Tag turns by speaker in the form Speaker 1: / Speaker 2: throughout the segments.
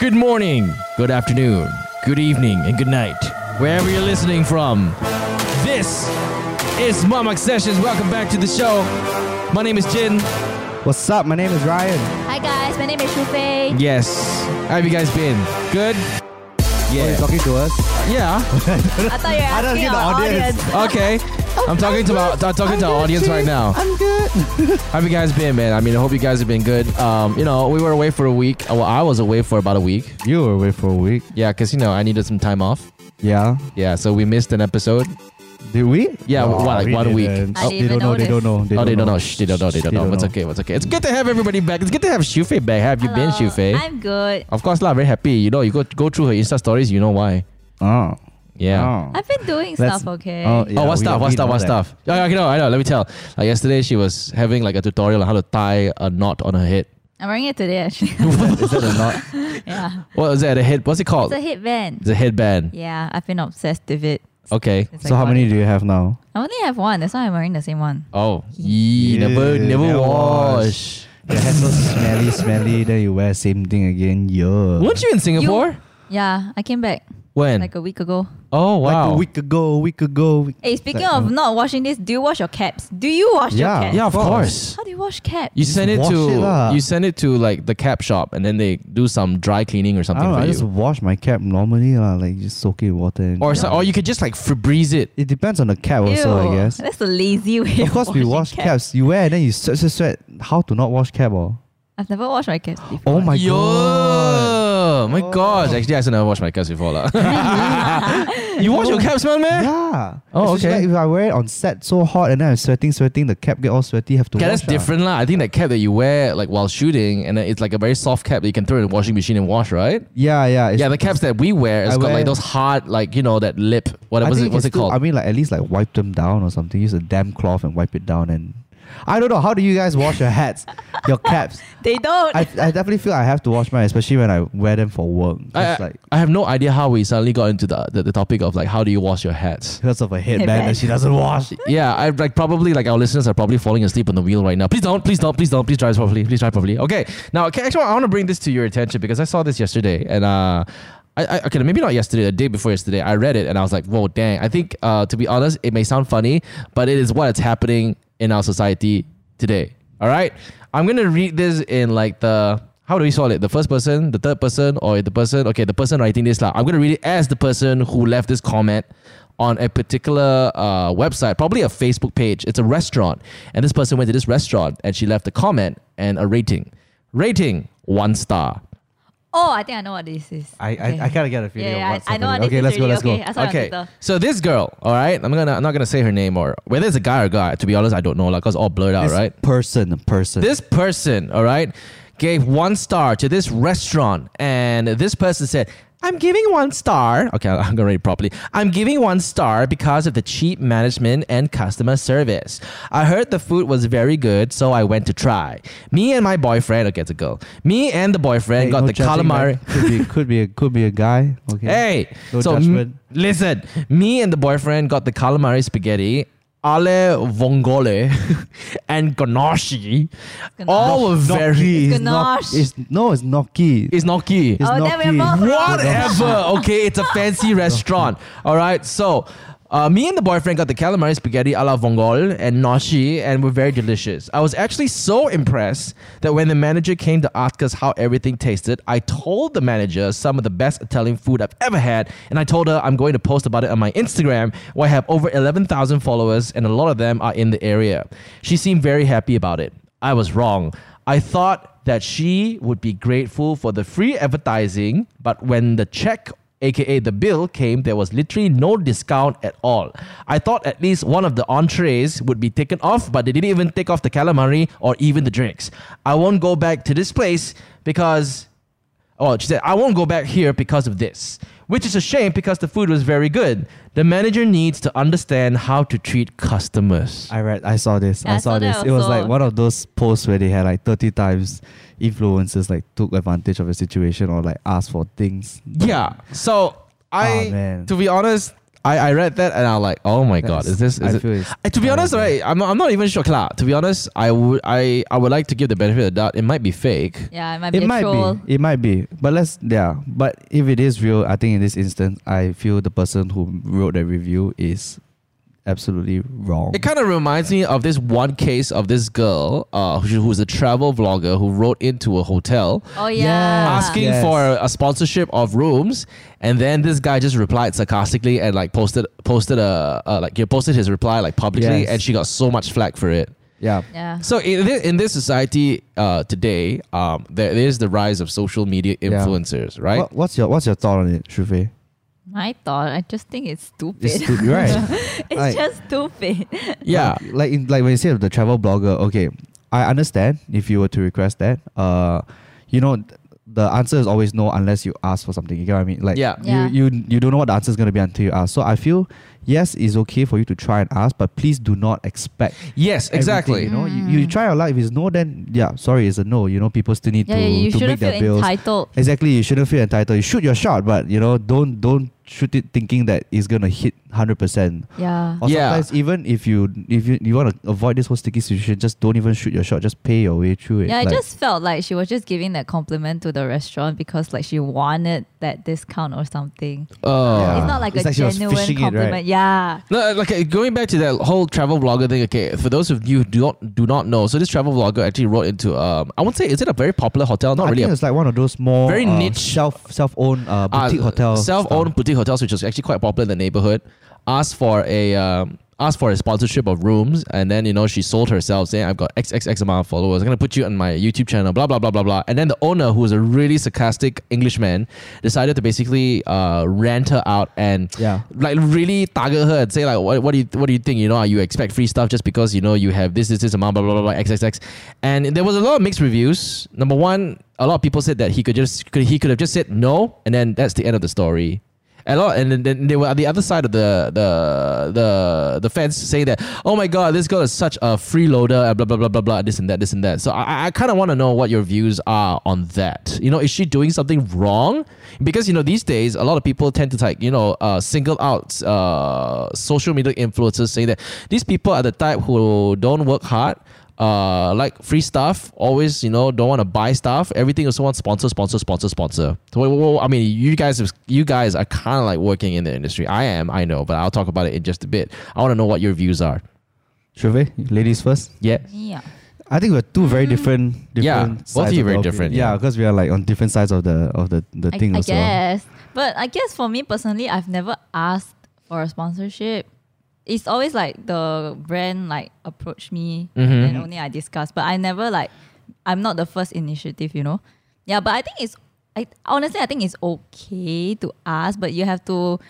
Speaker 1: Good morning, good afternoon, good evening, and good night, wherever you're listening from. This is Mamak Sessions. Welcome back to the show. My name is Jin.
Speaker 2: What's up? My name is Ryan.
Speaker 3: Hi guys, my name is Shufei.
Speaker 1: Yes. How have you guys been? Good?
Speaker 2: Are you
Speaker 1: Yeah.
Speaker 2: talking to us?
Speaker 1: Yeah.
Speaker 3: I thought you were
Speaker 2: I don't
Speaker 3: asking
Speaker 2: get the
Speaker 3: our
Speaker 2: audience.
Speaker 3: audience.
Speaker 1: Okay. I'm talking to my, I'm talking to our audience right now.
Speaker 2: I'm good.
Speaker 1: How have you guys been, man? I mean, I hope you guys have been good. Um, you know, we were away for a week. Well, I was away for about a week.
Speaker 2: You were away for a week.
Speaker 1: Yeah, because, you know, I needed some time off.
Speaker 2: Yeah.
Speaker 1: Yeah, so we missed an episode.
Speaker 2: Did we?
Speaker 1: Yeah,
Speaker 2: No,
Speaker 1: what, like
Speaker 2: we
Speaker 1: one week?
Speaker 2: didn't. Oh,
Speaker 3: I didn't
Speaker 2: they don't
Speaker 3: even
Speaker 2: know. They
Speaker 3: notice.
Speaker 2: don't know. They
Speaker 1: oh,
Speaker 2: don't
Speaker 1: they don't know.
Speaker 2: know.
Speaker 1: Shh, they don't know. They don't
Speaker 2: They
Speaker 1: know.
Speaker 2: don't
Speaker 1: It's
Speaker 2: know.
Speaker 1: okay. It's okay. It's good to have everybody back. It's good to have Shufei back. Have you been,
Speaker 3: Hello,
Speaker 1: Shufei?
Speaker 3: I'm good.
Speaker 1: Of course, lah. Very happy. You know, you go go through her Insta stories. You know why?
Speaker 2: Oh.
Speaker 1: Yeah.
Speaker 2: Oh.
Speaker 3: I've been doing
Speaker 2: That's-
Speaker 3: stuff, okay?
Speaker 2: Oh, yeah,
Speaker 1: oh, what's
Speaker 2: we-
Speaker 1: stuff?
Speaker 2: we
Speaker 1: What's stuff?
Speaker 2: know
Speaker 1: What's
Speaker 2: that.
Speaker 1: stuff? Yeah, I know. I know. Let me tell. Like yesterday, she was having like a tutorial on how to tie a knot on her head.
Speaker 3: I'm wearing it today, actually.
Speaker 2: Is that a knot?
Speaker 3: yeah.
Speaker 1: What was that? A head? What's it called?
Speaker 2: Oh.
Speaker 3: It's a headband.
Speaker 1: It's a headband.
Speaker 3: Yeah, I've been obsessed with it.
Speaker 1: Okay.
Speaker 3: It's
Speaker 2: So how many do you have now?
Speaker 3: I only have one. That's why I'm wearing the same one.
Speaker 1: Oh, yee, never,
Speaker 2: Yeah,
Speaker 1: never,
Speaker 2: never
Speaker 1: wash.
Speaker 2: Your hair so smelly, smelly. Then you wear same thing again. Yo.
Speaker 1: Weren't you in Singapore?
Speaker 3: Yeah, I came back
Speaker 1: when?
Speaker 3: like a week ago.
Speaker 1: oh wow.
Speaker 2: Like a week ago. A week ago. week-
Speaker 3: Hey, speaking
Speaker 2: Like,
Speaker 3: of
Speaker 2: uh,
Speaker 3: not washing this, do you wash your caps? Do you wash
Speaker 2: Yeah.
Speaker 3: your caps?
Speaker 1: Yeah, of
Speaker 2: Of course.
Speaker 1: course.
Speaker 3: How do you wash caps?
Speaker 1: You
Speaker 2: Just
Speaker 1: send it
Speaker 2: wash it
Speaker 1: to
Speaker 2: lah.
Speaker 1: you send it to like the cap shop, and then they do some dry cleaning or
Speaker 2: I
Speaker 1: something
Speaker 2: don't know.
Speaker 1: for
Speaker 2: I
Speaker 1: you,
Speaker 2: just wash my cap normally lah. Like just soak it in water. And
Speaker 1: or so, or you could just like Febreze it.
Speaker 2: It depends on the cap also, I
Speaker 3: Ew,
Speaker 2: guess.
Speaker 3: That's the lazy way.
Speaker 2: Of course, we
Speaker 3: washing
Speaker 2: wash
Speaker 3: caps.
Speaker 2: caps. You wear and then you sweat, sweat, sweat. How to not wash cap? Or
Speaker 3: I've never washed my caps before.
Speaker 2: oh my
Speaker 1: Yo,
Speaker 2: god! Oh.
Speaker 1: my gosh! Actually, I still never washed my caps before, lah. you wash your caps, man, man.
Speaker 2: Yeah.
Speaker 1: Oh,
Speaker 2: It's just
Speaker 1: okay.
Speaker 2: Like if I wear it on set so hot and then I'm sweating, sweating, the cap get all sweaty. Have to.
Speaker 1: Okay,
Speaker 2: wash
Speaker 1: that's different, lah. I think that cap that you wear like while shooting, and then it's like a very soft cap that you can throw in the washing machine and wash, right?
Speaker 2: Yeah, yeah. it's-
Speaker 1: yeah, the caps that we wear is
Speaker 2: I
Speaker 1: got
Speaker 2: wear-
Speaker 1: like those hard, like you know, that lip. What
Speaker 2: I
Speaker 1: was
Speaker 2: think
Speaker 1: it?
Speaker 2: you
Speaker 1: What's
Speaker 2: can
Speaker 1: it
Speaker 2: still-
Speaker 1: called?
Speaker 2: I mean, like at least like wipe them down or something. Use a damp cloth and wipe it down. And I don't know how do you guys wash your hats, your caps.
Speaker 3: They don't.
Speaker 2: I, I definitely feel I have to wash mine, especially when I wear them for work.
Speaker 1: I,
Speaker 2: It's
Speaker 1: I-
Speaker 2: like
Speaker 1: I have no idea how we suddenly got into the, the the topic of like how do you wash your hats.
Speaker 2: because of a headband that
Speaker 3: Headband.
Speaker 2: she doesn't wash.
Speaker 1: Yeah, I like probably like our listeners are probably falling asleep on the wheel right now. Please don't, please don't, please don't, please drive properly, please drive properly. Okay, now okay, actually, I want to bring this to your attention because I saw this yesterday, and uh, I, I okay, maybe not yesterday, the day before yesterday, I read it and I was like, whoa, dang. I think uh, to be honest, it may sound funny, but it is what is happening in our society today. All right, I'm gonna read this in like the. How do we solve it? The first person, the third person, or the person? Okay, the person writing this. lah. I'm going to read it as the person who left this comment on a particular uh, website, probably a Facebook page. It's a restaurant. And this person went to this restaurant and she left a comment and a rating. Rating one star.
Speaker 3: oh, I think I know what this is.
Speaker 2: I,
Speaker 3: Okay.
Speaker 2: I, I kind of get a feeling.
Speaker 3: Yeah,
Speaker 2: of
Speaker 3: yeah,
Speaker 2: what's
Speaker 3: I- I know
Speaker 2: happening.
Speaker 3: what
Speaker 2: Okay,
Speaker 3: this
Speaker 2: let's
Speaker 3: is
Speaker 2: go. Let's go.
Speaker 3: already. Okay, I saw it on
Speaker 1: Okay.
Speaker 3: Twitter.
Speaker 1: So this girl, all right, I'm gonna I'm not gonna say her name or whether it's a guy or girl, to be honest, I don't know, like it's all blurred out,
Speaker 2: This
Speaker 1: right?
Speaker 2: Person, person.
Speaker 1: This person, all right, gave one star to this restaurant, and this person said, I'm giving one star. Okay, I'm gonna read it properly. I'm giving one star because of the cheap management and customer service. I heard the food was very good, so I went to try. Me and my boyfriend, okay, it's a girl. Me and the boyfriend
Speaker 2: Hey,
Speaker 1: got
Speaker 2: no
Speaker 1: the
Speaker 2: judging,
Speaker 1: calamari.
Speaker 2: man. Could be, could be, a, could be a guy. Okay.
Speaker 1: Hey,
Speaker 2: No
Speaker 1: so m-
Speaker 2: judgment.
Speaker 1: listen, me and the boyfriend got the calamari spaghetti, ale vongole, and ganache. All were
Speaker 2: Gnocchi
Speaker 1: very.
Speaker 2: is not-
Speaker 3: Ganache.
Speaker 2: it's- no, it's gnocchi.
Speaker 1: It's gnocchi.
Speaker 2: It's
Speaker 3: Oh, then
Speaker 2: gnocchi.
Speaker 3: we're both wrong.
Speaker 1: Whatever. okay, it's a fancy restaurant. All right, so. Uh, me and the boyfriend got the calamari spaghetti a la Vongole and Noshi and were very delicious. I was actually so impressed that when the manager came to ask us how everything tasted, I told the manager some of the best Italian food I've ever had, and I told her I'm going to post about it on my Instagram, where I have over 11,000 followers, and a lot of them are in the area. She seemed very happy about it. I was wrong. I thought that she would be grateful for the free advertising, but when the check, aka the bill, came, there was literally no discount at all. I thought at least one of the entrees would be taken off, but they didn't even take off the calamari or even the drinks. I won't go back to this place because Oh, she said, I won't go back here because of this, which is a shame because the food was very good. The manager needs to understand how to treat customers.
Speaker 2: I read, I saw this.
Speaker 3: Yeah,
Speaker 2: I
Speaker 3: I
Speaker 2: saw,
Speaker 3: saw that
Speaker 2: this. It was
Speaker 3: also.
Speaker 2: like one of those posts where they had like 30 times influencers like took advantage of a situation or like asked for things.
Speaker 1: Yeah. So I,
Speaker 2: Oh, man.
Speaker 1: to be honest, I, I read that and I was like, oh my god,
Speaker 2: That's-
Speaker 1: is this? Is
Speaker 2: I
Speaker 1: it?
Speaker 2: feel it's
Speaker 1: Uh, to be honest,
Speaker 2: horrible.
Speaker 1: right, I'm, I'm not even sure. Clar, to be honest, I would I, I would like to give the benefit of the doubt. It might be fake.
Speaker 3: Yeah, it might be
Speaker 2: It
Speaker 3: a
Speaker 2: might
Speaker 3: troll.
Speaker 2: be. It might be. But let's yeah. But if it is real, I think in this instance, I feel the person who wrote the review is absolutely wrong.
Speaker 1: It kind of reminds me of this one case of this girl uh, who, who's a travel vlogger who wrote into a hotel
Speaker 3: Oh yeah.
Speaker 2: Yeah.
Speaker 1: asking
Speaker 2: Yes.
Speaker 1: for a, a sponsorship of rooms, and then this guy just replied sarcastically and like posted posted a, a like he posted his reply like publicly,
Speaker 2: Yes.
Speaker 1: and she got so much flack for it.
Speaker 2: yeah.
Speaker 3: Yeah.
Speaker 1: So in this, in this society uh, today, um, there is the rise of social media
Speaker 2: Yeah.
Speaker 1: influencers, right?
Speaker 2: What, what's your what's your thought on it, Shufei?
Speaker 3: My thought, I just think it's stupid.
Speaker 2: It's stupid, right?
Speaker 3: It's
Speaker 2: Like-
Speaker 3: just stupid.
Speaker 1: yeah.
Speaker 2: Like, like in, like when you say the travel blogger, okay, I understand if you were to request that. Uh, you know, th- the answer is always no unless you ask for something. You get what I mean? Like
Speaker 1: Yeah.
Speaker 3: Yeah.
Speaker 2: you you you don't know what the answer is gonna be until you ask. So I feel yes, it's okay for you to try and ask, but please do not expect.
Speaker 1: Yes, exactly.
Speaker 2: everything, you know, you, you
Speaker 3: Mm.
Speaker 2: try your luck. If it's no, then yeah, sorry, it's a no. You know, people still need
Speaker 3: yeah,
Speaker 2: to
Speaker 3: yeah, you
Speaker 2: to make
Speaker 3: shouldn't feel
Speaker 2: their bills.
Speaker 3: entitled.
Speaker 2: Exactly, you shouldn't feel entitled. You shoot your shot, but you know, don't don't shoot it thinking that it's gonna hit hundred percent.
Speaker 3: Yeah.
Speaker 2: Or
Speaker 1: Yeah.
Speaker 2: sometimes even if you if you, you want to avoid this whole sticky situation, just don't even shoot your shot. Just pay your way through it.
Speaker 3: Yeah,
Speaker 2: Like,
Speaker 3: I just felt like she was just giving that compliment to the restaurant because like she wanted that discount or something.
Speaker 1: Oh.
Speaker 2: Yeah.
Speaker 3: It's not like
Speaker 2: It's
Speaker 3: a
Speaker 2: like she was
Speaker 3: genuine
Speaker 2: fishing it, right?
Speaker 3: compliment. Yeah.
Speaker 1: No, like uh, going back to that whole travel vlogger thing. Okay, for those of you who do not do not know, so this travel vlogger actually wrote into um, I won't say is it a very popular hotel? Not
Speaker 2: I
Speaker 1: really.
Speaker 2: think
Speaker 1: A,
Speaker 2: it's like one of those more
Speaker 1: Very
Speaker 2: uh,
Speaker 1: niche-
Speaker 2: self self owned uh,
Speaker 1: uh,
Speaker 2: boutique hotel.
Speaker 1: self-owned
Speaker 2: style.
Speaker 1: boutique hotels, which is actually quite popular in the neighborhood. Asked for a um, asked for a sponsorship of rooms, and then you know she sold herself saying, "I've got XXX amount of followers. I'm gonna put you on my YouTube channel." Blah blah blah blah blah. And then the owner, who was a really sarcastic Englishman, decided to basically uh, rant her out and
Speaker 2: Yeah.
Speaker 1: like really target her and say like what, what do you what do you think you know you expect free stuff just because you know you have this this this amount blah blah blah, blah xxx and there was a lot of mixed reviews number one a lot of people said that he could just could, he could have just said no and then that's the end of the story a lot and then, then they were on the other side of the the the the fence saying that oh my god this girl is such a freeloader and blah blah blah blah blah this and that this and that so i, I kind of want to know what your views are on that you know is she doing something wrong because you know these days a lot of people tend to like you know uh, single out uh, social media influencers saying that these people are the type who don't work hard uh, like free stuff. Always, you know, don't want to buy stuff. Everything also want sponsor, sponsor, sponsor, sponsor. So, wha- wha- I mean, you guys, have- you guys are kind of like working in the industry. I am, I know, but I'll talk about it in just a bit. I want to know what your views are.
Speaker 2: Shreve, ladies first.
Speaker 1: Yeah,
Speaker 3: Yeah.
Speaker 2: I think we're two very different. different
Speaker 1: Yeah, both
Speaker 2: sides
Speaker 1: of you
Speaker 2: the
Speaker 1: very
Speaker 2: opinion.
Speaker 1: different,
Speaker 2: Yeah,
Speaker 1: yeah.
Speaker 2: because we are like on different sides of the of the the
Speaker 3: I,
Speaker 2: thing
Speaker 3: I
Speaker 2: also.
Speaker 3: guess. But I guess for me personally, I've never asked for a sponsorship. It's always like the brand like approach me
Speaker 1: Mhm.
Speaker 2: Mm-hmm.
Speaker 3: and only I discuss. But I never like I'm not the first initiative, you know? Yeah, but I think it's I honestly I think it's okay to ask, but you have to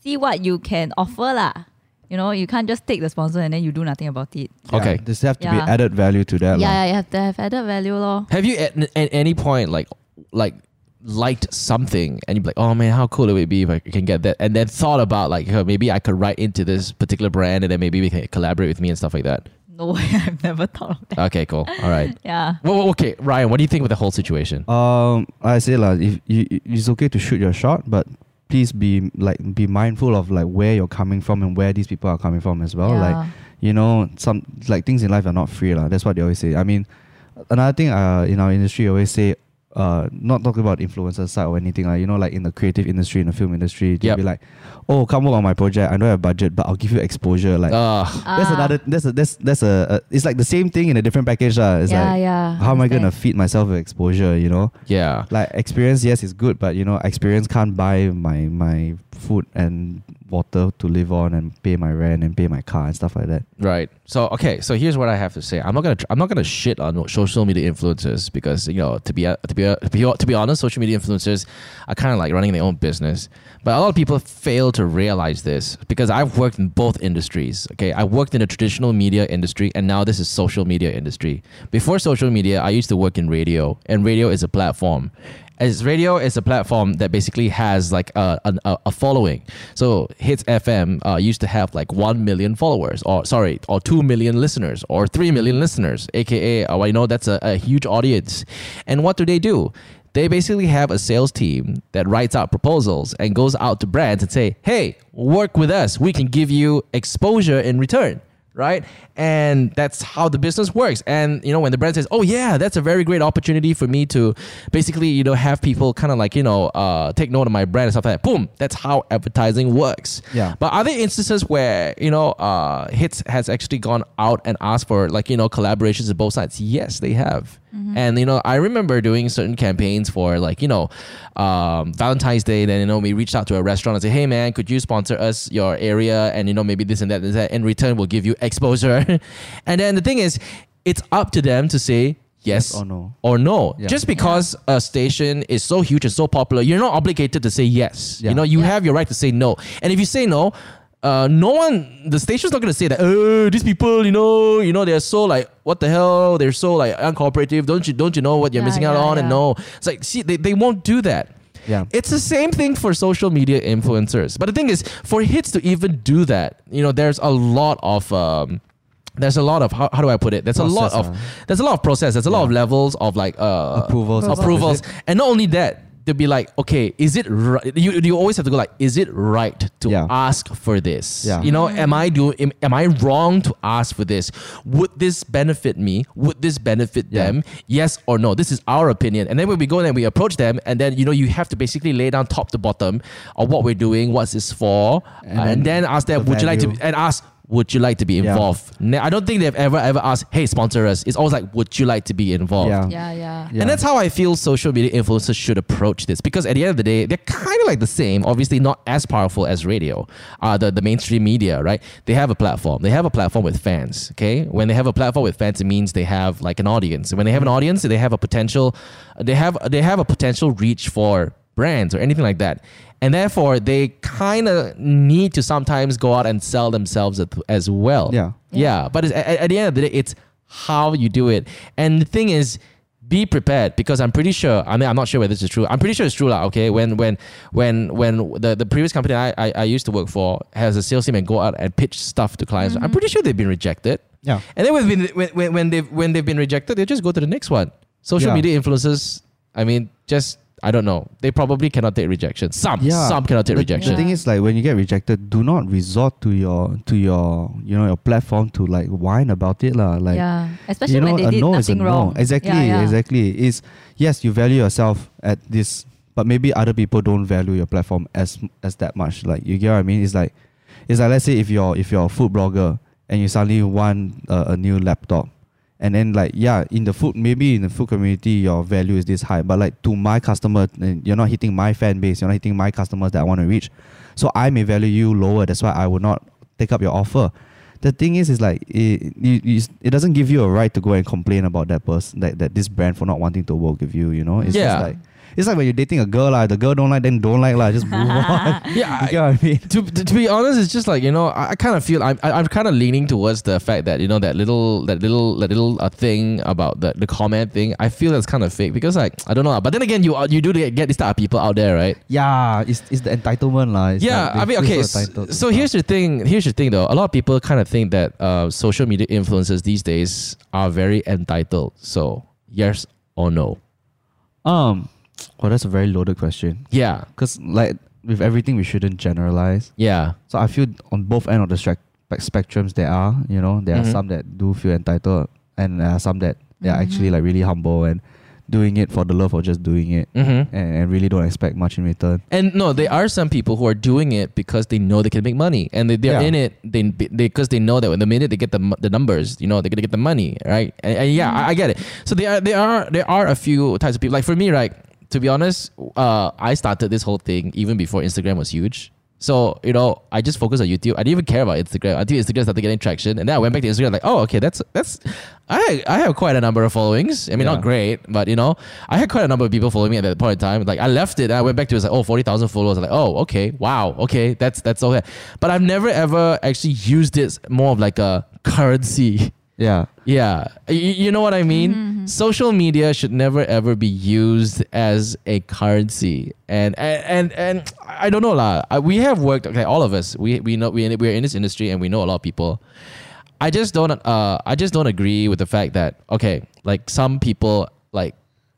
Speaker 3: see what you can offer lah. You know, you can't just take the sponsor and then you do nothing about it.
Speaker 2: Yeah,
Speaker 1: Okay.
Speaker 2: There's have to be
Speaker 3: Yeah.
Speaker 2: added value to that.
Speaker 3: Yeah,
Speaker 2: lah.
Speaker 3: you have to have added value lor.
Speaker 1: Have you at, at any point like like liked something and you're like, oh man, how cool it would be if I can get that, and then thought about like, oh, maybe I could write into this particular brand, and then maybe we can collaborate with me and stuff like that.
Speaker 3: No way, I've never thought of
Speaker 2: Uh,
Speaker 3: that.
Speaker 1: Okay, cool. All right.
Speaker 3: Yeah.
Speaker 1: Well, okay, Ryan, what do you think with the whole situation?
Speaker 2: Um, I say like if you, you- it's okay to shoot your shot, but please be like be mindful of like where you're coming from and where these people are coming from as well. Like
Speaker 3: Yeah.
Speaker 2: you know, some like things in life are not free lah. That's what they always say. I mean, another thing uh in our industry I always say. Uh, not talking about influencer side or anything like you know, like in the creative industry, in the film industry, they'll
Speaker 1: Yep.
Speaker 2: be like, "Oh, come work on my project. I don't have budget, but I'll give you exposure."
Speaker 1: Uh.
Speaker 2: Like
Speaker 1: Ugh.
Speaker 2: that's
Speaker 3: Ah.
Speaker 2: another, that's a, that's that's a, a, it's like the same thing in a different package, lah. It's
Speaker 3: yeah,
Speaker 2: like,
Speaker 3: yeah.
Speaker 2: how am I gonna
Speaker 3: understand.
Speaker 2: feed myself with exposure? You know,
Speaker 1: yeah.
Speaker 2: like experience yes is good but you know experience can't buy my my food and water to live on and pay my rent and pay my car and stuff like that
Speaker 1: Right. So okay. So here's what I have to say. I'm not gonna. I'm not gonna shit on social media influencers because you know to be uh, to be to be, to be honest, social media influencers are kind of like running their own business. But a lot of people fail to realize this because I've worked in both industries. Okay, I worked in the traditional media industry, and now this is social media industry. Before social media, I used to work in radio, and radio is a platform. As radio is a platform that basically has like a, an- a, a following. So Hits FM uh, used to have like 1 million followers, or sorry, or 2 million listeners, uh, or 3 million listeners, aka, oh, I know that's a, a huge audience. And what do they do? They basically have a sales team that writes out proposals and goes out to brands and say, "Hey, work with us. We can give you exposure in return." Right? And that's how the business works. And you know, when the brand says, "Oh yeah, that's a very great opportunity for me to basically, you know, have people kind of like, you know, uh, take note of my brand and stuff like that." Boom, that's how advertising works.
Speaker 2: Yeah.
Speaker 1: But are there instances where you know uh, Hits has actually gone out and asked for like you know collaborations with both sides? Yes, they have. And you know, I remember doing certain campaigns for like you know um, Valentine's Day. Then you know, we reached out to a restaurant and say, "Hey man, could you sponsor us your area?" And you know, maybe this and that and that. In return, we'll give you exposure. and then the thing is, it's up to them to say. Yes,
Speaker 2: Yes or no.
Speaker 1: Or no.
Speaker 2: Yeah.
Speaker 1: Just because a station is so huge and so popular, you're not obligated to say yes.
Speaker 2: Yeah.
Speaker 1: You know, you
Speaker 3: Yeah.
Speaker 1: have your right to say no. And if you say no, uh, no one, the station's not gonna say that. Oh, these people, you know, you know, they're so like, what the hell? They're so like uncooperative. Don't you, don't you know what you're
Speaker 3: Yeah,
Speaker 1: missing out
Speaker 3: yeah,
Speaker 1: on? And
Speaker 3: yeah.
Speaker 1: no, it's like, see, they, they won't do that.
Speaker 2: Yeah.
Speaker 1: It's the same thing for social media influencers. But the thing is, for hits to even do that, you know, there's a lot of um, there's a lot of how, how do I put it? There's a lot
Speaker 2: Process,
Speaker 1: of
Speaker 2: huh?
Speaker 1: there's a lot of process. There's a lot of levels of like uh,
Speaker 2: Approvals, stuff,
Speaker 1: approvals,
Speaker 2: is
Speaker 1: and not only that. To be like, okay, is it right? You, you always have to go like, is it right to
Speaker 2: Yeah.
Speaker 1: ask for this?
Speaker 2: Yeah.
Speaker 1: You know, am I do am, am I wrong to ask for this? Would this benefit me? Would this benefit
Speaker 2: Yeah.
Speaker 1: them? yes or no. This is our opinion. And then when we go and we approach them, and then you know you have to basically lay down top to bottom of what we're doing, what's this for, uh, and,
Speaker 2: And
Speaker 1: then,
Speaker 2: then
Speaker 1: ask them,
Speaker 2: the
Speaker 1: would you like to, be,
Speaker 2: value.
Speaker 1: and ask, would you like to be
Speaker 2: Yeah.
Speaker 1: involved? Ne- I don't think they've ever ever asked, hey, sponsor us. It's always like, would you like to be involved?
Speaker 2: Yeah.
Speaker 3: Yeah, yeah.
Speaker 2: Yeah.
Speaker 1: And that's how I feel social media influencers should approach this because at the end of the day, they're kind of like the same, obviously not as powerful as radio, uh, the, the mainstream media, right? They have a platform. They have a platform with fans, okay? When they have a platform with fans, it means they have like an audience. When they have an audience, they have a potential, they have, they have a potential reach for brands or anything like that. And therefore, they kind of need to sometimes go out and sell themselves at- as well.
Speaker 2: Yeah.
Speaker 1: Yeah, but it's, at, at the end of the day, it's how you do it. And the thing is, be prepared because I'm pretty sure. I mean, I'm not sure whether this is true. I'm pretty sure it's true, lah. Okay, when when when when the, the previous company I, I I used to work for has a sales team and go out and pitch stuff to clients, I'm pretty sure they've been rejected.
Speaker 2: Yeah.
Speaker 1: And then when been, when when when they've when they've been rejected, they just go to the next one. Social
Speaker 2: Yeah.
Speaker 1: media influencers. I mean, just I don't know. They probably cannot take rejection. Some
Speaker 2: Yeah.
Speaker 1: some cannot take
Speaker 2: the,
Speaker 1: rejection.
Speaker 2: The thing is, like when you get rejected, do not resort to your to your you know your platform to like whine about it, lah. Like
Speaker 3: yeah. Especially
Speaker 2: you know,
Speaker 3: when they
Speaker 2: a
Speaker 3: did
Speaker 2: no is a
Speaker 3: nothing wrong.
Speaker 2: no. Exactly,
Speaker 3: Yeah, yeah.
Speaker 2: exactly. Is yes, you value yourself at this, but maybe other people don't value your platform as as that much. Like you get what I mean? It's like, it's like let's say if you're if you're a food blogger and you suddenly want a, a new laptop, and then like yeah, in the food maybe in the food community your value is this high, but like to my customer, eh, you're not hitting my fan base, you're not hitting my customers that I want to reach, so I may value you lower. That's why I would not take up your offer the thing is, is like it, you, you, it doesn't give you a right to go and complain about that person, that, that this brand for not wanting to work with you. You know, it's
Speaker 1: Yeah.
Speaker 2: just like it's like when you're dating a girl, like the girl don't like, then don't like, like just move on.
Speaker 1: yeah,
Speaker 2: you get what I mean?
Speaker 1: to, to, to be honest, it's just like you know, I, I kind of feel I'm I, I'm kind of leaning towards the fact that you know that little that little that little uh, thing about the the comment thing. I feel that's kind of fake because like I don't know, but then again, you are- you do get, get this type of people out there, right?
Speaker 2: Yeah, it's, it's the entitlement, like. It's
Speaker 1: yeah,
Speaker 2: like they
Speaker 1: I mean,
Speaker 2: feel
Speaker 1: okay.
Speaker 2: so
Speaker 1: s- So,
Speaker 2: entitled to stuff.
Speaker 1: here's the thing. Here's the thing, though. A lot of people kind of think that uh, social media influencers these days are very entitled. So yes or no?
Speaker 2: um, well, that's a very loaded question
Speaker 1: Yeah,
Speaker 2: because like with everything, we shouldn't generalize.
Speaker 1: yeah,
Speaker 2: So I feel on both end of the strac- spec- spectrums there are, you know, there
Speaker 1: Mhm.
Speaker 2: are some that do feel entitled and there are some that they are actually
Speaker 3: Mm-hmm.
Speaker 2: like really humble and doing it for the love of just doing it
Speaker 1: mm-hmm.
Speaker 2: and, and really don't expect much in return.
Speaker 1: And no, there are some people who are doing it because they know they can make money, and they, they're
Speaker 2: Yeah.
Speaker 1: in it. They because they know that when the minute they get the mo- the numbers, you know, they're gonna get the money, right? And, and yeah, I, I get it. So there are there are there are a few types of people. Like for me, right? To be honest, uh, I started this whole thing even before Instagram was huge. So you know, I just focused on YouTube. I didn't even care about Instagram until Instagram started getting traction, and then I went back to Instagram like, oh, okay, that's that's, I I have quite a number of followings. I mean,
Speaker 2: Yeah.
Speaker 1: not great, but you know, I had quite a number of people following me at that point in time. Like I left it, and I went back to it, it's like, oh, 40,000 followers. I'm like, oh, okay, wow, okay, that's that's all that. But I've never ever actually used it more of like a currency.
Speaker 2: Yeah.
Speaker 1: Yeah, Y- y- you know what I mean. Social media should never ever be used as a currency, and and and, and I don't know lah. I- We have worked okay, all of us. We we know we we're in this industry and we know a lot of people. I just don't uh I just don't agree with the fact that okay, like some people like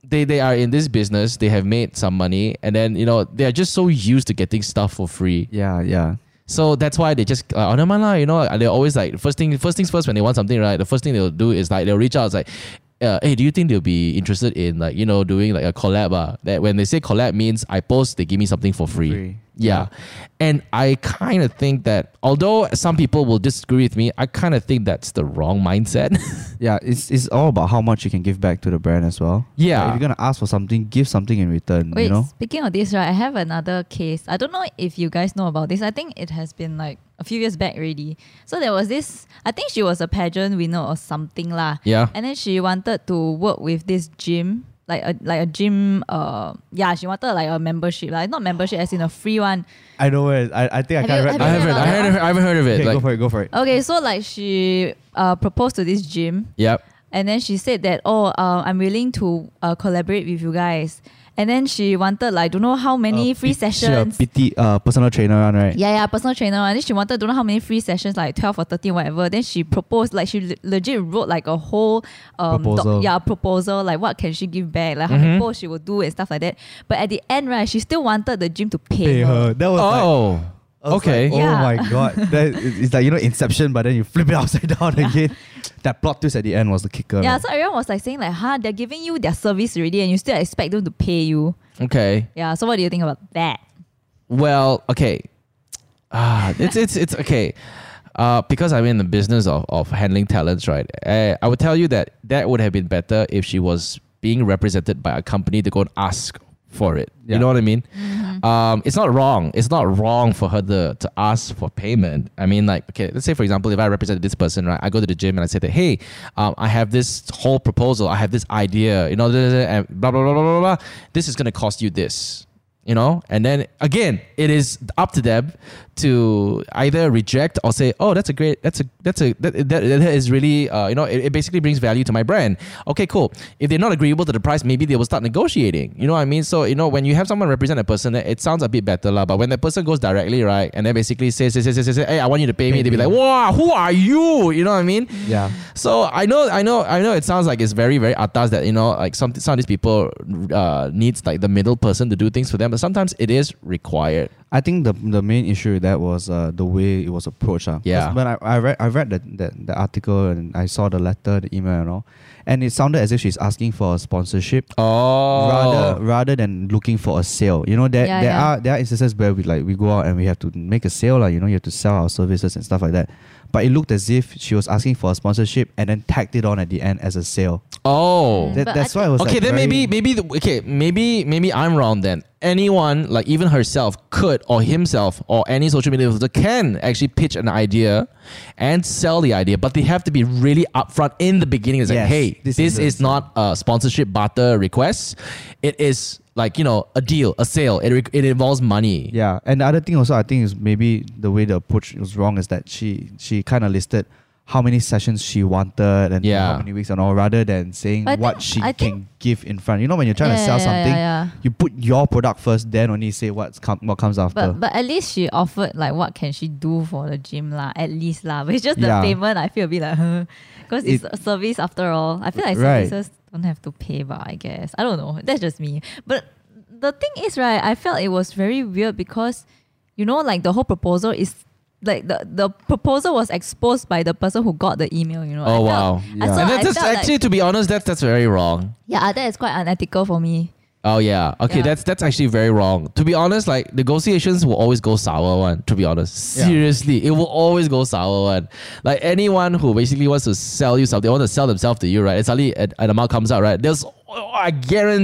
Speaker 1: they they are in this business. They have made some money, and then you know they are just so used to getting stuff for free.
Speaker 2: Yeah, yeah.
Speaker 1: So that's why they just uh, oh never mind lah. You know they're always like first thing first things first when they want something right. The first thing they'll do is like they'll reach out it's like. Uh, hey, do you think they'll be interested in like you know doing like a collab? Uh? that when they say collab means I post, they give me something for free.
Speaker 2: Free.
Speaker 1: Yeah. and I kind of think that although some people will disagree with me, I kind of think that's the wrong mindset.
Speaker 2: Yeah, it's it's all about how much you can give back to the brand as well.
Speaker 1: Yeah.
Speaker 2: Like, if you're gonna ask for something, give something in return.
Speaker 3: Wait,
Speaker 2: you know.
Speaker 3: speaking of this, right? I have another case. I don't know if you guys know about this. I think it has been like a few years back already. So there was this. I think she was a pageant winner or something lah.
Speaker 1: yeah,
Speaker 3: And then she wanted to work with this gym, like a like a gym. Uh, yeah, she wanted like a membership, like not membership as in a free one.
Speaker 2: I know where. I, I think
Speaker 3: Have you- Oh,
Speaker 2: read
Speaker 3: have
Speaker 1: I
Speaker 2: that.
Speaker 3: you
Speaker 1: haven't, I
Speaker 3: Yeah.
Speaker 1: haven't, I haven't heard of it.
Speaker 2: Okay,
Speaker 1: like,
Speaker 2: go for it. Go for it.
Speaker 3: Okay, so like she uh proposed to this gym,
Speaker 1: yep.
Speaker 3: and then she said that oh, uh, I'm willing to uh, collaborate with you guys. And then she wanted like don't know how many
Speaker 2: Uh,
Speaker 3: free
Speaker 2: P- she a
Speaker 3: sessions.
Speaker 2: PT, uh, personal trainer, one, right?
Speaker 3: Yeah, yeah, personal trainer. And then she wanted don't know how many free sessions, like twelve or thirteen, whatever. Then she proposed, like she le- legit wrote like a whole um doc-
Speaker 2: Proposal. Mm-hmm.
Speaker 3: yeah proposal, like what can she give back, like how many posts she will do and stuff like that. But at the end, right, she still wanted the gym to pay,
Speaker 2: Pay her. That was like-
Speaker 1: Oh,
Speaker 2: I was
Speaker 1: okay.
Speaker 2: like, oh
Speaker 3: Yeah.
Speaker 2: my god, that, it's like you know Inception, but then you flip it upside down again. That plot twist at the end was the kicker.
Speaker 3: Yeah,
Speaker 2: right?
Speaker 3: so everyone was like saying like, huh, they're giving you their service already, and you still expect them to pay you.
Speaker 1: Oh, okay.
Speaker 3: Yeah. So what do you think about that?
Speaker 1: Well, okay. Ah, it's it's it's okay. Uh, because I'm in the business of, of handling talents, right? Uh, I would tell you that that would have been better if she was being represented by a company to go and ask for it.
Speaker 2: Yeah.
Speaker 1: You know what I mean? Um, it's not wrong. It's not wrong for her to, to ask for payment. I mean, like, okay, let's say, for example, if I represent this person, right? I go to the gym and I say that, hey, um, I have this whole proposal. I have this idea, you know, and blah, blah, blah, blah, blah, blah. This is going to cost you this you know and then again it is up to them to either reject or say oh that's a great that's a that's a that, that, that is really uh, you know it, it basically brings value to my brand okay cool if they're not agreeable to the price maybe they will start negotiating you know what i mean so you know when you have someone represent a person it- it sounds a bit better lah. but when that person goes directly right and then basically says say, say, say, say, say, hey i want you to pay me
Speaker 2: Pay
Speaker 1: they'll be
Speaker 2: me.
Speaker 1: like wow who are you you know what i mean
Speaker 2: yeah.
Speaker 1: so I know, I know, I know. It sounds like it's very, very atas that you know, like some some of these people uh, needs like the middle person to do things for them. But sometimes it is required.
Speaker 2: I think the the main issue with that was uh, the way it was approached. Uh. 'Cause
Speaker 1: Yeah.
Speaker 2: When I, I read I read the, the the article and I saw the letter, the email and all, and it sounded as if she's asking for a sponsorship
Speaker 1: Oh,
Speaker 2: rather rather than looking for a sale. You know, there
Speaker 3: Yeah,
Speaker 2: there
Speaker 3: yeah.
Speaker 2: are there are instances where we like we go out and we have to make a sale, like, you know, you have to sell our services and stuff like that. But it looked as if she was asking for a sponsorship and then tagged it on at the end as a sale.
Speaker 1: oh.
Speaker 2: That,
Speaker 3: Mm. But
Speaker 2: that's
Speaker 3: I
Speaker 2: why I was
Speaker 1: okay,
Speaker 2: like
Speaker 1: then
Speaker 2: very-
Speaker 1: maybe, maybe, the, okay, maybe, maybe I'm wrong. Then anyone, like even herself, could or himself or any social media influencer can actually pitch an idea and sell the idea, but they have to be really upfront in the beginning. It's
Speaker 2: Yes,
Speaker 1: like, hey,
Speaker 2: this
Speaker 1: this,
Speaker 2: is
Speaker 1: is,
Speaker 2: a-
Speaker 1: not a sponsorship barter request. It is like you know a deal, a sale. It re- it involves money.
Speaker 2: Yeah, and the other thing also I think is maybe the way the approach was wrong is that she she kind of listed how many sessions she wanted and how
Speaker 1: Yeah.
Speaker 2: many weeks and all rather than saying
Speaker 3: But I
Speaker 2: what
Speaker 3: think-
Speaker 2: she
Speaker 3: I
Speaker 2: can give in front. You know when you're trying to
Speaker 3: Yeah,
Speaker 2: sell
Speaker 3: yeah, yeah,
Speaker 2: something,
Speaker 3: yeah.
Speaker 2: you put your product first, then only say what's com- what comes after.
Speaker 3: But but at least she offered like what can she do for the gym lah? At least lah. But it's just the
Speaker 2: Yeah.
Speaker 3: payment. I feel a bit like because it's
Speaker 2: It-
Speaker 3: a service after all. I feel like
Speaker 2: Right.
Speaker 3: services don't have to pay, but I guess I don't know. That's just me. But the thing is, right? I felt it was very weird because you know, like the whole proposal is. Like the, the proposal was exposed by the person who got the email, you know. I
Speaker 1: Oh
Speaker 3: felt-
Speaker 1: wow!
Speaker 3: I
Speaker 2: Yeah.
Speaker 1: and
Speaker 3: saw- I
Speaker 1: that's just
Speaker 3: felt like-
Speaker 1: actually, to be honest, that's that's very wrong.
Speaker 3: yeah, that is quite unethical for me.
Speaker 1: Oh yeah. Okay,
Speaker 3: Yeah.
Speaker 1: that's that's actually very wrong. To be honest, like negotiations will always go sour one, to be honest.
Speaker 2: Yeah.
Speaker 1: Seriously, it will always go sour one. Like anyone who basically wants to sell you something, want to sell themselves to you, right? And suddenly an, an amount comes out, right? There's I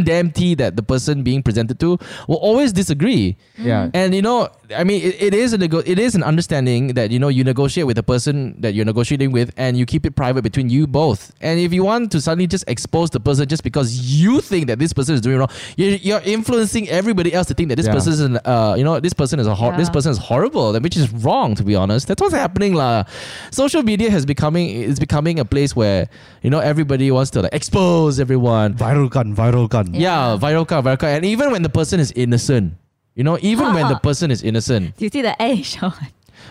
Speaker 1: guarantee that the person being presented to will always disagree.
Speaker 2: yeah,
Speaker 1: And you know, I mean, it, it is a nego- it is an understanding that you know you negotiate with the person that you're negotiating with, and you keep it private between you both. And if you want to suddenly just expose the person just because you think that this person is doing wrong, you're, you're influencing everybody else to think that this
Speaker 2: Yeah.
Speaker 1: person is an, uh, you know this person is a hor- this
Speaker 3: Yeah.
Speaker 1: person is horrible, which is wrong to be honest. That's what's happening lah. Social media has becoming is becoming a place where you know everybody wants to like expose everyone.
Speaker 2: viral gun, viral gun.
Speaker 1: Yeah, viral card, viral card. And even when the person is innocent, you know, even when the
Speaker 3: Huh.
Speaker 1: person is innocent.
Speaker 3: Do you see the A Sean?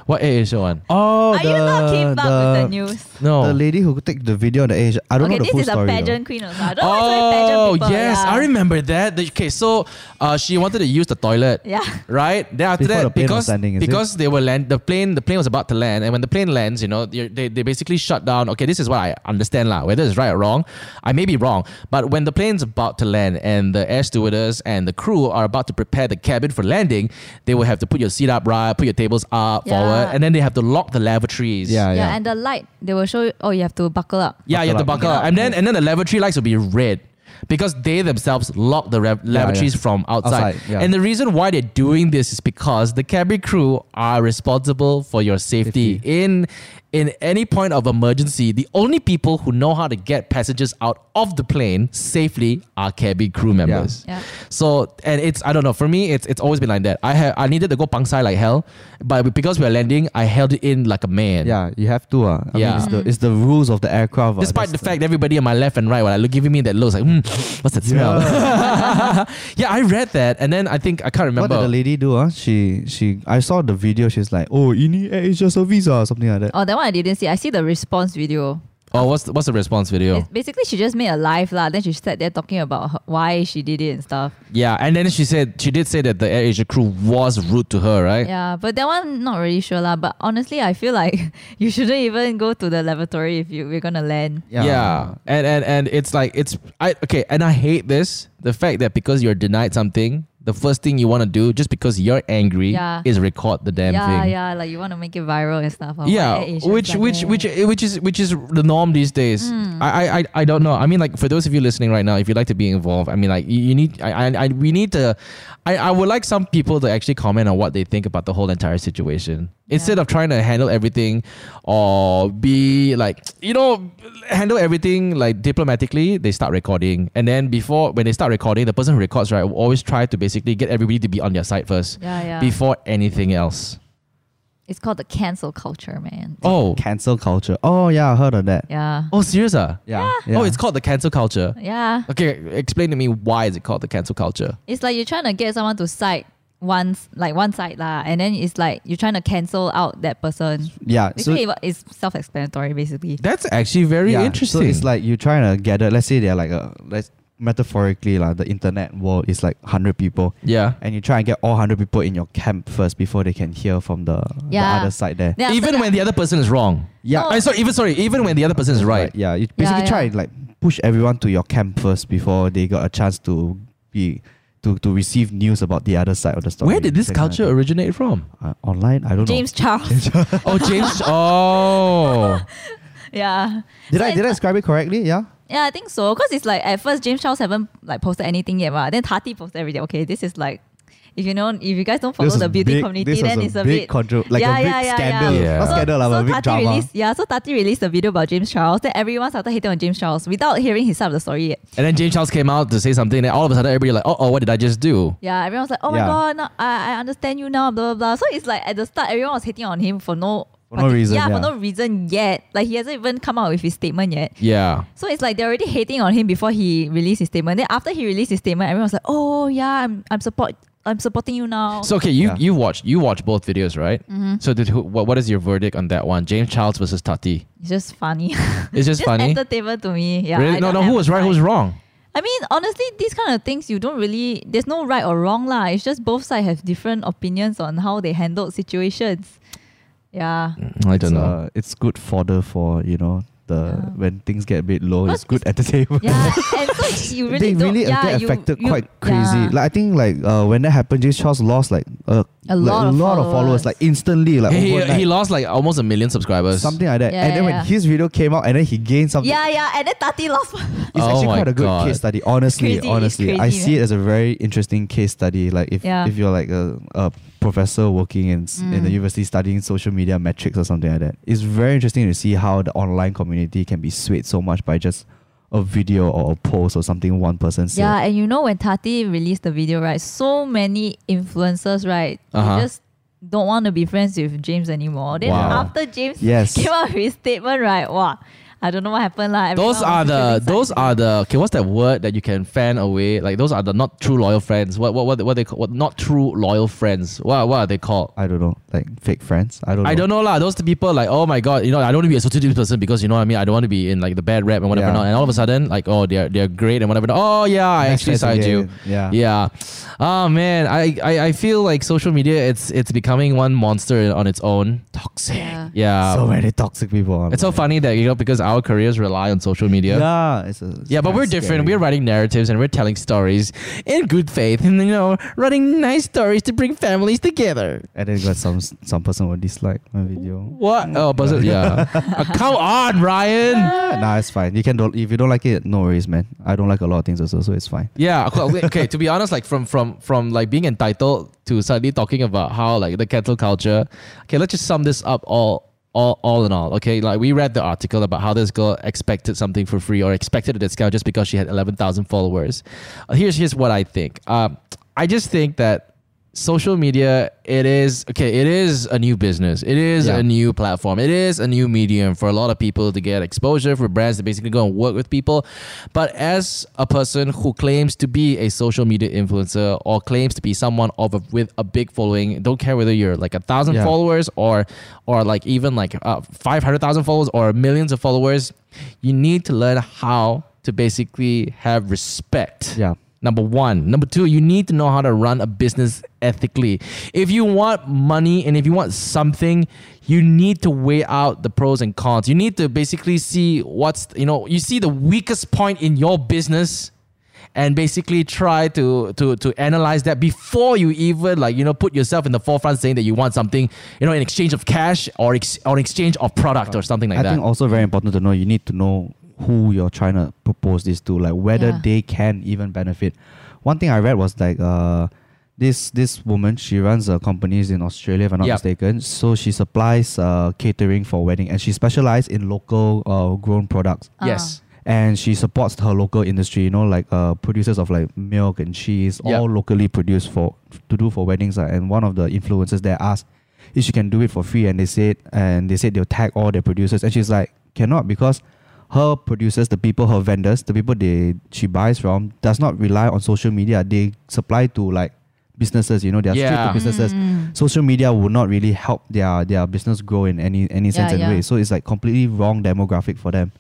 Speaker 1: What air Asia one?
Speaker 2: Oh,
Speaker 3: Are you not keep up with the news?
Speaker 1: No.
Speaker 2: The lady who take the video on the edge. I don't
Speaker 3: okay,
Speaker 2: know the
Speaker 3: this
Speaker 2: full
Speaker 3: is a
Speaker 2: story. though.
Speaker 3: pageant queen also. I don't know why so many pageant people.
Speaker 1: Oh, yes,
Speaker 3: yeah.
Speaker 1: I remember that. The- Okay, so uh, she wanted to use the toilet.
Speaker 3: Yeah.
Speaker 1: Right. Then after
Speaker 2: Before
Speaker 1: that,
Speaker 2: the plane
Speaker 1: because
Speaker 2: was landing, is it?
Speaker 1: because they were land, the plane the plane was about to land, and when the plane lands, you know, they they they basically shut down. Okay, this is what I understand lah. Whether it's right or wrong, I may be wrong, but when the plane's about to land and the air stewardess and the crew are about to prepare the cabin for landing, they will have to put your seat up right, put your tables up
Speaker 3: Yeah.
Speaker 1: forward, and then they have to lock the lavatories.
Speaker 2: Yeah,
Speaker 3: Yeah,
Speaker 2: yeah.
Speaker 3: and the light they will show you. Oh, you have to buckle up.
Speaker 1: Yeah, you have to
Speaker 2: Buckle
Speaker 1: buckle up. And then and then the lavatory lights will be red because they themselves lock the rev- lavatories from outside.
Speaker 2: Outside, yeah.
Speaker 1: And the reason why they're doing this is because the cabin crew are responsible for your safety. In in any point of emergency, the only people who know how to get passengers out of the plane safely are cabin crew members.
Speaker 3: Yeah.
Speaker 1: So and it's I don't know for me it's it's always been like that. I have I needed to go pangsai like hell, but because we are landing, I held it in like a man.
Speaker 2: Yeah, you have to. Uh. I
Speaker 1: Yeah.
Speaker 2: mean, it's,
Speaker 3: Mm.
Speaker 2: the, it's the rules of the aircraft. ah.
Speaker 1: Despite the
Speaker 2: That's
Speaker 1: fact that everybody on my left and right were like look, giving me that looks like, mm, what's that smell? yeah, I read that, and then I think I can't
Speaker 2: What
Speaker 1: remember.
Speaker 2: did the lady do? Uh? She she. I saw the video. She's like, oh, you need Air Asia service or something like that.
Speaker 3: Oh, that one I didn't see. I see the response video.
Speaker 1: oh, what's the, what's the response video?
Speaker 3: It's basically, she just made a live lah. Then she sat there talking about her, why she did it and stuff.
Speaker 1: Yeah, and then she said she did say that the Air Asia crew was rude to her, right?
Speaker 3: Yeah, but that one not really sure lah. But honestly, I feel like you shouldn't even go to the lavatory if you we're gonna land.
Speaker 1: Yeah. and and and it's like it's I okay, and I hate this the fact that because you're denied something, the first thing you want to do just because you're angry
Speaker 3: Yeah.
Speaker 1: is record the damn
Speaker 3: yeah,
Speaker 1: thing.
Speaker 3: yeah, like you want to make it viral and stuff.
Speaker 1: yeah which which which which is which is the norm these days I, I- I i don't know i mean like for those of you listening right now if you'd like to be involved i mean like you, you need I, I i we need to i i would like some people to actually comment on what they think about the whole entire situation instead of trying to handle everything or be like you know handle everything like diplomatically they start recording and then before when they start recording the person who records right will always try to basically get everybody to be on their side first
Speaker 3: Yeah, yeah.
Speaker 1: before anything else
Speaker 3: it's called the cancel culture, man.
Speaker 1: oh
Speaker 2: Cancel culture. Oh yeah, I heard of that.
Speaker 3: Yeah.
Speaker 1: oh serious ah?
Speaker 2: Yeah.
Speaker 1: Oh, it's called the cancel culture.
Speaker 3: Yeah.
Speaker 1: Okay, explain to me why is it called the cancel culture?
Speaker 3: It's like you're trying to get someone to side once like one side lah, and then it's like you're trying to cancel out that person.
Speaker 2: yeah. So
Speaker 3: Basically, it- it's self-explanatory. Basically,
Speaker 1: That's actually very
Speaker 2: yeah,
Speaker 1: interesting.
Speaker 2: So it's like you're trying to gather. Let's say they're like a let's metaphorically like the internet world is like hundred people.
Speaker 1: yeah.
Speaker 2: And you try and get all hundred people in your camp first before they can hear from the,
Speaker 3: Yeah.
Speaker 2: the other side there.
Speaker 3: Then after
Speaker 1: even
Speaker 3: that- Oh.
Speaker 1: when the other person is wrong.
Speaker 2: Yeah.
Speaker 3: No.
Speaker 1: I sorry, even sorry, even when the other person is right.
Speaker 2: Yeah, you basically
Speaker 3: yeah.
Speaker 2: try and like push everyone to your camp first before they got a chance to be to, to receive news about the other side of the story.
Speaker 1: Where did this
Speaker 2: That kind
Speaker 1: culture
Speaker 2: of
Speaker 1: originate from?
Speaker 2: thing. uh, online? I don't
Speaker 3: James
Speaker 2: know.
Speaker 3: Charles,
Speaker 1: Oh, James. Oh.
Speaker 3: yeah,
Speaker 2: Did
Speaker 3: So
Speaker 2: I
Speaker 3: it's
Speaker 2: did I
Speaker 3: like-
Speaker 2: describe it correctly? Yeah.
Speaker 3: yeah, I think so. Cause it's like at first James Charles haven't like posted anything yet, right? Then Tati posted everything. Okay, this is like. If you know, if you guys don't follow
Speaker 2: This
Speaker 3: the
Speaker 2: was
Speaker 3: beauty
Speaker 2: big-
Speaker 3: community,
Speaker 2: this
Speaker 3: then
Speaker 2: was
Speaker 3: it's
Speaker 2: a
Speaker 3: a
Speaker 2: big
Speaker 3: bit
Speaker 2: contro- like a big scandal.
Speaker 1: Yeah. Not
Speaker 3: So-
Speaker 2: scandal lah, but a big
Speaker 3: Tati
Speaker 2: drama.
Speaker 3: Released, yeah, so Tati released the video about James Charles. Then everyone started hating on James Charles without hearing his side of the story yet.
Speaker 1: And then James Charles came out to say something, and all of a sudden everybody like, oh, oh, what did I just do?
Speaker 3: Yeah, everyone was like, "Oh
Speaker 2: Yeah.
Speaker 3: my god, no, I, I understand you now." Blah blah blah. So it's like at the start, everyone was hating on him for no
Speaker 2: For no reason,
Speaker 3: Yeah,
Speaker 2: yeah.
Speaker 3: for no reason yet. Like he hasn't even come out with his statement yet.
Speaker 1: Yeah.
Speaker 3: So it's like they're already hating on him before he released his statement. Then after he released his statement, everyone was like, "Oh yeah, I'm I'm support I'm supporting you now."
Speaker 1: So okay, you
Speaker 2: Yeah.
Speaker 1: you watched you watched both videos, right?
Speaker 3: Mm-hmm.
Speaker 1: So did who, what, what is your verdict on that one? James Charles versus Tati.
Speaker 3: it's just funny.
Speaker 1: It's just
Speaker 3: just
Speaker 1: funny.
Speaker 3: entertainment to me. Yeah.
Speaker 1: really?
Speaker 3: I
Speaker 1: No,
Speaker 3: don't
Speaker 1: no.
Speaker 3: have
Speaker 1: Who was right? Who was
Speaker 3: like-
Speaker 1: wrong?
Speaker 3: I mean, honestly, these kind of things you don't really. There's no right or wrong lah. It's just both sides have different opinions on how they handled situations. Yeah.
Speaker 1: I
Speaker 2: It's,
Speaker 1: don't know.
Speaker 2: uh, it's good fodder for you know the
Speaker 3: Yeah.
Speaker 2: when things get a bit low.
Speaker 3: But
Speaker 2: It's good entertainment.
Speaker 3: Yeah, and so you really
Speaker 2: they
Speaker 3: don't,
Speaker 2: really
Speaker 3: yeah,
Speaker 2: get
Speaker 3: you-
Speaker 2: affected
Speaker 3: you-
Speaker 2: quite crazy.
Speaker 3: yeah.
Speaker 2: Like I think like uh, when that happened, James Charles lost like a,
Speaker 3: A
Speaker 2: like,
Speaker 3: lot
Speaker 2: a
Speaker 3: of
Speaker 2: lot of followers
Speaker 3: followers.
Speaker 2: like instantly like
Speaker 1: he,
Speaker 2: overnight,
Speaker 1: he lost like almost a million subscribers.
Speaker 2: something like that.
Speaker 3: Yeah,
Speaker 2: and then
Speaker 3: yeah,
Speaker 2: when
Speaker 3: yeah.
Speaker 2: his video came out and then he gained something.
Speaker 3: yeah, yeah, and then Tati lost.
Speaker 2: It's
Speaker 1: Oh
Speaker 2: actually
Speaker 1: my
Speaker 2: quite a good
Speaker 1: God.
Speaker 2: case study. Honestly,
Speaker 3: It's crazy, it's
Speaker 2: honestly, I
Speaker 3: crazy,
Speaker 2: see it
Speaker 3: man.
Speaker 2: as a very interesting case study. Like if
Speaker 3: Yeah. Mm.
Speaker 2: if you're like a, a professor working in s in the university studying social media metrics or something like that, it's very interesting to see how the online community can be swayed so much by just a video or a post or something one person said.
Speaker 3: yeah, and you know when Tati released the video, right? So many influencers, right?
Speaker 1: Uh-huh.
Speaker 3: They just don't want to be friends with James anymore. Then
Speaker 1: Wow.
Speaker 3: after James
Speaker 2: Yes.
Speaker 3: came out with his statement, right? Wow. I don't know what happened lah. Everyone
Speaker 1: Those
Speaker 3: was
Speaker 1: are the
Speaker 3: feeling
Speaker 1: those
Speaker 3: sad.
Speaker 1: are the okay. What's that word that you can fan away? Like those are the not true loyal friends. What what what what they call, what not true loyal friends? What what are they called?
Speaker 2: I don't know, like fake friends. I don't. know.
Speaker 1: I don't know lah. Those the people like oh my god, you know I don't want to be associated with this person because you know what I mean I don't want to be in like the bad rap and whatever
Speaker 2: Yeah.
Speaker 1: not. And all of a sudden like oh they're they're great and whatever. not. Oh yeah, I
Speaker 2: Next
Speaker 1: actually
Speaker 2: friends
Speaker 1: side you.
Speaker 2: again.
Speaker 1: Yeah.
Speaker 2: Yeah.
Speaker 1: Oh man, I, I I feel like social media it's it's becoming one monster on its own.
Speaker 2: Toxic.
Speaker 3: Yeah.
Speaker 1: Yeah.
Speaker 2: so many toxic people. online.
Speaker 1: it's so funny that you know because our careers rely on social media.
Speaker 2: Yeah. It's a, it's
Speaker 1: Yeah, but
Speaker 2: kinda
Speaker 1: we're different.
Speaker 2: scary.
Speaker 1: We're writing narratives and we're telling stories in good faith and, you know, writing nice stories to bring families together.
Speaker 2: And then got some some person will dislike my video.
Speaker 1: What? Oh, buzzer. Yeah. Uh, come on, Ryan.
Speaker 2: Yeah, nah, it's fine. You can don't if you don't like it, no worries, man. I don't like a lot of things also, so it's fine.
Speaker 1: Yeah. co- Okay, okay, To be honest, like from from from like being entitled to suddenly talking about how like the cancel culture. Okay, let's just sum this up all. All, all in all, okay, like we read the article about how this girl expected something for free or expected a discount just because she had 11,000 followers. Uh, Here's here's what I think. Um, I just think that social media it is okay it is a new business it is
Speaker 2: Yeah.
Speaker 1: a new platform it is a new medium for a lot of people to get exposure for brands to basically go and work with people but as a person who claims to be a social media influencer or claims to be someone of a, with a big following don't care whether you're like a thousand
Speaker 2: Yeah.
Speaker 1: followers or or like even like uh, 500000 followers or millions of followers you need to learn how to basically have respect
Speaker 2: Yeah.
Speaker 1: Number one. Number two, you need to know how to run a business ethically. If you want money and if you want something, you need to weigh out the pros and cons. You need to basically see what's, you know, you see the weakest point in your business and basically try to to to analyze that before you even like you know put yourself in the forefront saying that you want something you know in exchange of cash or ex- or in exchange of product or something like
Speaker 2: I
Speaker 1: that
Speaker 2: think also very important to know you need to know who you're trying to propose this to, like whether
Speaker 3: Yeah.
Speaker 2: they can even benefit. One thing I read was like uh this this woman she runs a companies in Australia if I'm not
Speaker 1: Yep.
Speaker 2: mistaken. So she supplies uh, catering for wedding and she specializes in local uh, grown products.
Speaker 1: yes
Speaker 2: and she supports her local industry. You know, like uh, producers of like milk and cheese,
Speaker 1: Yeah.
Speaker 2: all locally produced for to do for weddings. Uh, and one of the influencers there asked if she can do it for free, and they said and they said they'll tag all their producers, and she's like, cannot because her producers, the people, her vendors, the people they she buys from, does not rely on social media. They supply to like businesses. You know, they are straight
Speaker 1: Yeah.
Speaker 2: to businesses.
Speaker 3: Mm.
Speaker 2: Social media would not really help their their business grow in any any sense
Speaker 3: Yeah,
Speaker 2: and
Speaker 3: yeah.
Speaker 2: way. So it's like completely wrong demographic for them.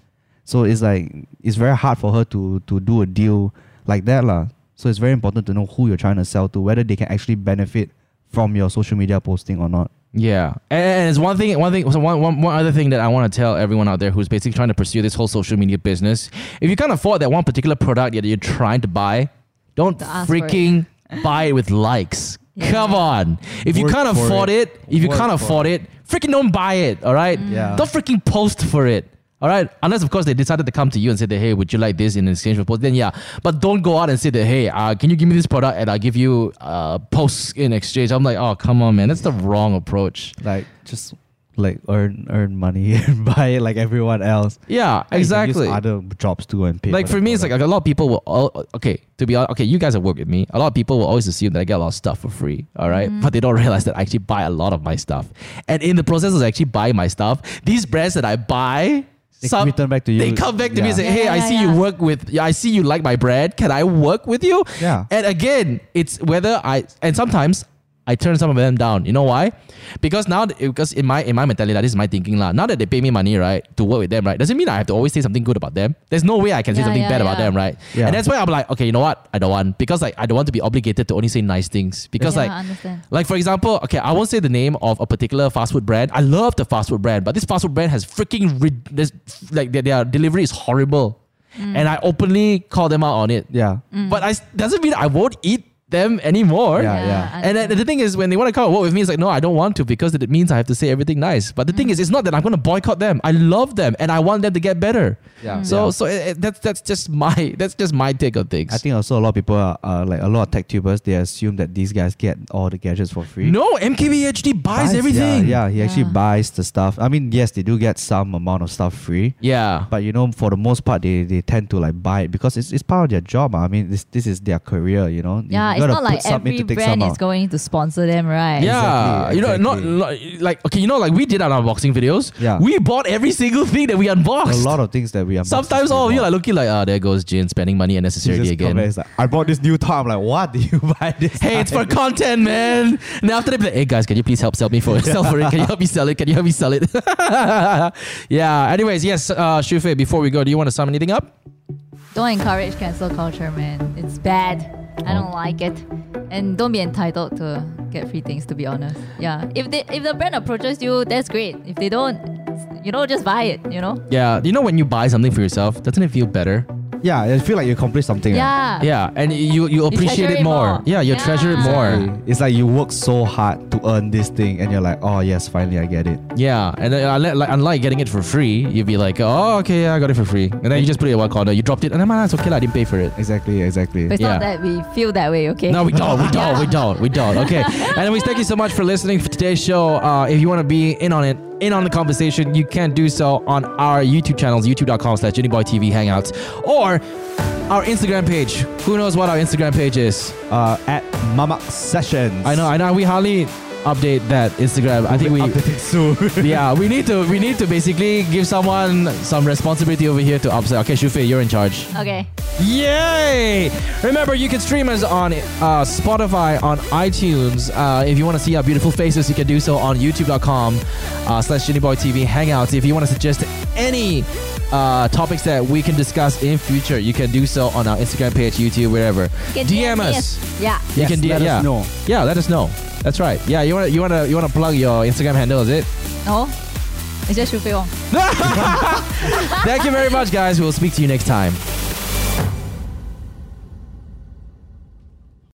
Speaker 2: So it's like it's very hard for her to to do a deal like that lah. So it's very important to know who you're trying to sell to, whether they can actually benefit from your social media posting or not.
Speaker 1: Yeah, and, and it's one thing. One thing. So one, one, one other thing that I want to tell everyone out there who's basically trying to pursue this whole social media business. If you can't afford that one particular product that you're trying to buy, don't
Speaker 3: To ask for it.
Speaker 1: freaking buy it with likes.
Speaker 3: Yeah.
Speaker 1: Come on. If you
Speaker 2: Work
Speaker 1: can't
Speaker 2: for
Speaker 1: afford it,
Speaker 2: it.
Speaker 1: if you
Speaker 2: Work
Speaker 1: can't
Speaker 2: for
Speaker 1: afford it, freaking don't buy it. All right.
Speaker 2: Yeah.
Speaker 1: Don't freaking post for it. All right. Unless of course they decided to come to you and say that hey, would you like this in exchange for post? Then yeah. But don't go out and say that hey, uh, can you give me this product and I'll give you uh, posts in exchange. I'm like, oh come on, man, that's the wrong approach.
Speaker 2: Like just like earn earn money and buy it like everyone else.
Speaker 1: Yeah,
Speaker 2: Like, you can use
Speaker 1: exactly.
Speaker 2: other jobs too and pay.
Speaker 1: Like for
Speaker 2: that
Speaker 1: me, it's like
Speaker 2: product.
Speaker 1: a lot of people will. All, okay, to be honest, okay, you guys have worked with me. A lot of people will always assume that I get a lot of stuff for free. All right?
Speaker 3: Mm.
Speaker 1: but they don't realize that I actually buy a lot of my stuff, and in the process of actually buying my stuff, these brands that I buy.
Speaker 2: They return back to you.
Speaker 1: They come back to me and
Speaker 2: Yeah.
Speaker 1: say, "Hey,
Speaker 3: Yeah,
Speaker 1: I
Speaker 3: yeah,
Speaker 1: see
Speaker 3: yeah.
Speaker 1: you work with. Yeah, I see you like my brand. Can I work with you?"
Speaker 2: Yeah.
Speaker 1: And again, it's whether I and sometimes I turn some of them down. You know why? Because now, because in my in my mentality, like, this is my thinking lah. Now that they pay me money, right, to work with them, right, doesn't mean I have to always say something good about them. There's no way I can say
Speaker 3: Yeah,
Speaker 1: something
Speaker 3: yeah,
Speaker 1: bad about
Speaker 3: yeah.
Speaker 1: them, right?
Speaker 2: Yeah.
Speaker 1: And that's why I'm like, okay, you know what? I don't want because like I don't want to be obligated to only say nice things because
Speaker 3: Yeah,
Speaker 1: like
Speaker 3: I understand.
Speaker 1: like for example, okay, I won't say the name of a particular fast food brand. I love the fast food brand, but this fast food brand has freaking rid- this, like their, their delivery is horrible,
Speaker 3: Mm.
Speaker 1: and I openly call them out on it.
Speaker 2: yeah.
Speaker 1: But I s- doesn't mean I won't eat them anymore.
Speaker 2: Yeah,
Speaker 1: And
Speaker 2: yeah.
Speaker 3: I
Speaker 1: then
Speaker 3: understand.
Speaker 1: the thing is, when they want to come and work with me, it's like, no, I don't want to because it means I have to say everything nice. But the
Speaker 3: Mm.
Speaker 1: thing is, it's not that I'm going to boycott them. I love them and I want them to get better.
Speaker 2: Yeah.
Speaker 1: So,
Speaker 2: Yeah.
Speaker 1: so it, it- that's that's just my that's just my take on things.
Speaker 2: I think also a lot of people are, are like a lot of tech tubers. They assume that these guys get all the gadgets for free.
Speaker 1: no, MKBHD buys,
Speaker 2: Buys-
Speaker 1: everything.
Speaker 2: Yeah, yeah he actually
Speaker 3: Yeah.
Speaker 2: buys the stuff. I mean, yes, they do get some amount of stuff free,
Speaker 1: yeah.
Speaker 2: but you know, for the most part, they, they tend to like buy it because it's, it's part of their job. ah. I mean, this this is their career. You know,
Speaker 3: Yeah,
Speaker 2: Not
Speaker 3: it's
Speaker 2: gotta
Speaker 3: not like
Speaker 2: put some in
Speaker 3: every
Speaker 2: to take
Speaker 3: brand
Speaker 2: some
Speaker 3: is
Speaker 2: out.
Speaker 3: going to sponsor them, right?
Speaker 1: Yeah,
Speaker 2: Exactly,
Speaker 1: you know, not,
Speaker 2: exactly.
Speaker 1: not- like okay, you know, like we did our unboxing videos.
Speaker 2: Yeah.
Speaker 1: we bought every single thing that we
Speaker 2: A
Speaker 1: unboxed.
Speaker 2: lot of things that we are
Speaker 1: Sometimes all of you like looking like, ah, there goes Jin spending money unnecessarily again.
Speaker 2: Like, I bought this new top. I'm like, what did you buy this?
Speaker 1: Hey, it's for
Speaker 2: time?"
Speaker 1: content, man. And after they be like, hey guys, can you please help sell me for sell for it? Can you help me sell it? Can you help me sell it? yeah. Anyways, yes, uh, Shufei, before we go, do you want to sum anything up?
Speaker 3: Don't encourage cancel culture, man. It's bad. I don't
Speaker 1: Oh.
Speaker 3: like it. And don't be entitled to get free things to be honest. Yeah. If they if the brand approaches you, that's great. If they don't, you know, just buy it, you know?
Speaker 1: Yeah. You know when you buy something for yourself, doesn't it feel better?
Speaker 2: Yeah, I feel like you accomplished something. ah. right?
Speaker 3: Yeah.
Speaker 1: Yeah, and you you appreciate
Speaker 3: treasure
Speaker 1: it
Speaker 3: it
Speaker 1: more.
Speaker 3: more.
Speaker 1: Yeah, you
Speaker 3: Yeah.
Speaker 1: treasure it more.
Speaker 2: It's like you work so hard to earn this thing, and you're like, oh yes, finally I get it.
Speaker 1: Yeah, and then, uh, le- like, unlike getting it for free, you'd be like, oh okay, yeah, I got it for free, and then you just put it in one corner, you dropped it, and then man, it's okay, lah, I didn't pay for it.
Speaker 2: Exactly, exactly.
Speaker 3: But it's not
Speaker 1: Yeah.
Speaker 3: that we feel that way, okay?
Speaker 1: No, we don't. We don't. We don't. We don't. Okay. Anyways, thank you so much for listening for today's show. Uh, if you want to be in on it, in on the conversation, you can do so on our YouTube channels, youtube.com slash TV Hangouts, or our Instagram page. Who knows what our Instagram page is?
Speaker 2: Uh, at Mamak Sessions.
Speaker 1: I know, I know. We hardly update that Instagram. I think we...
Speaker 2: updated soon.
Speaker 1: Yeah, we need to we need to basically give someone some responsibility over here to upset. Okay, Shufei, you're in charge.
Speaker 3: Okay.
Speaker 1: Yay! Remember, you can stream us on uh, Spotify, on iTunes. Uh, if you want to see our beautiful faces, you can do so on youtube.com uh, slash TV Hangouts. If you want to suggest any uh, topics that we can discuss in future, you can do so on our Instagram page, YouTube, wherever.
Speaker 3: You can
Speaker 1: DM us.
Speaker 3: Yeah.
Speaker 1: You can DM
Speaker 2: let
Speaker 1: yeah.
Speaker 2: us know.
Speaker 1: Yeah, let us know. That's right. Yeah, you want to you want to you want to plug your Instagram handle, is it?
Speaker 3: No. It's just Shufei Wong.
Speaker 1: Thank you very much, guys. We'll speak to you next time.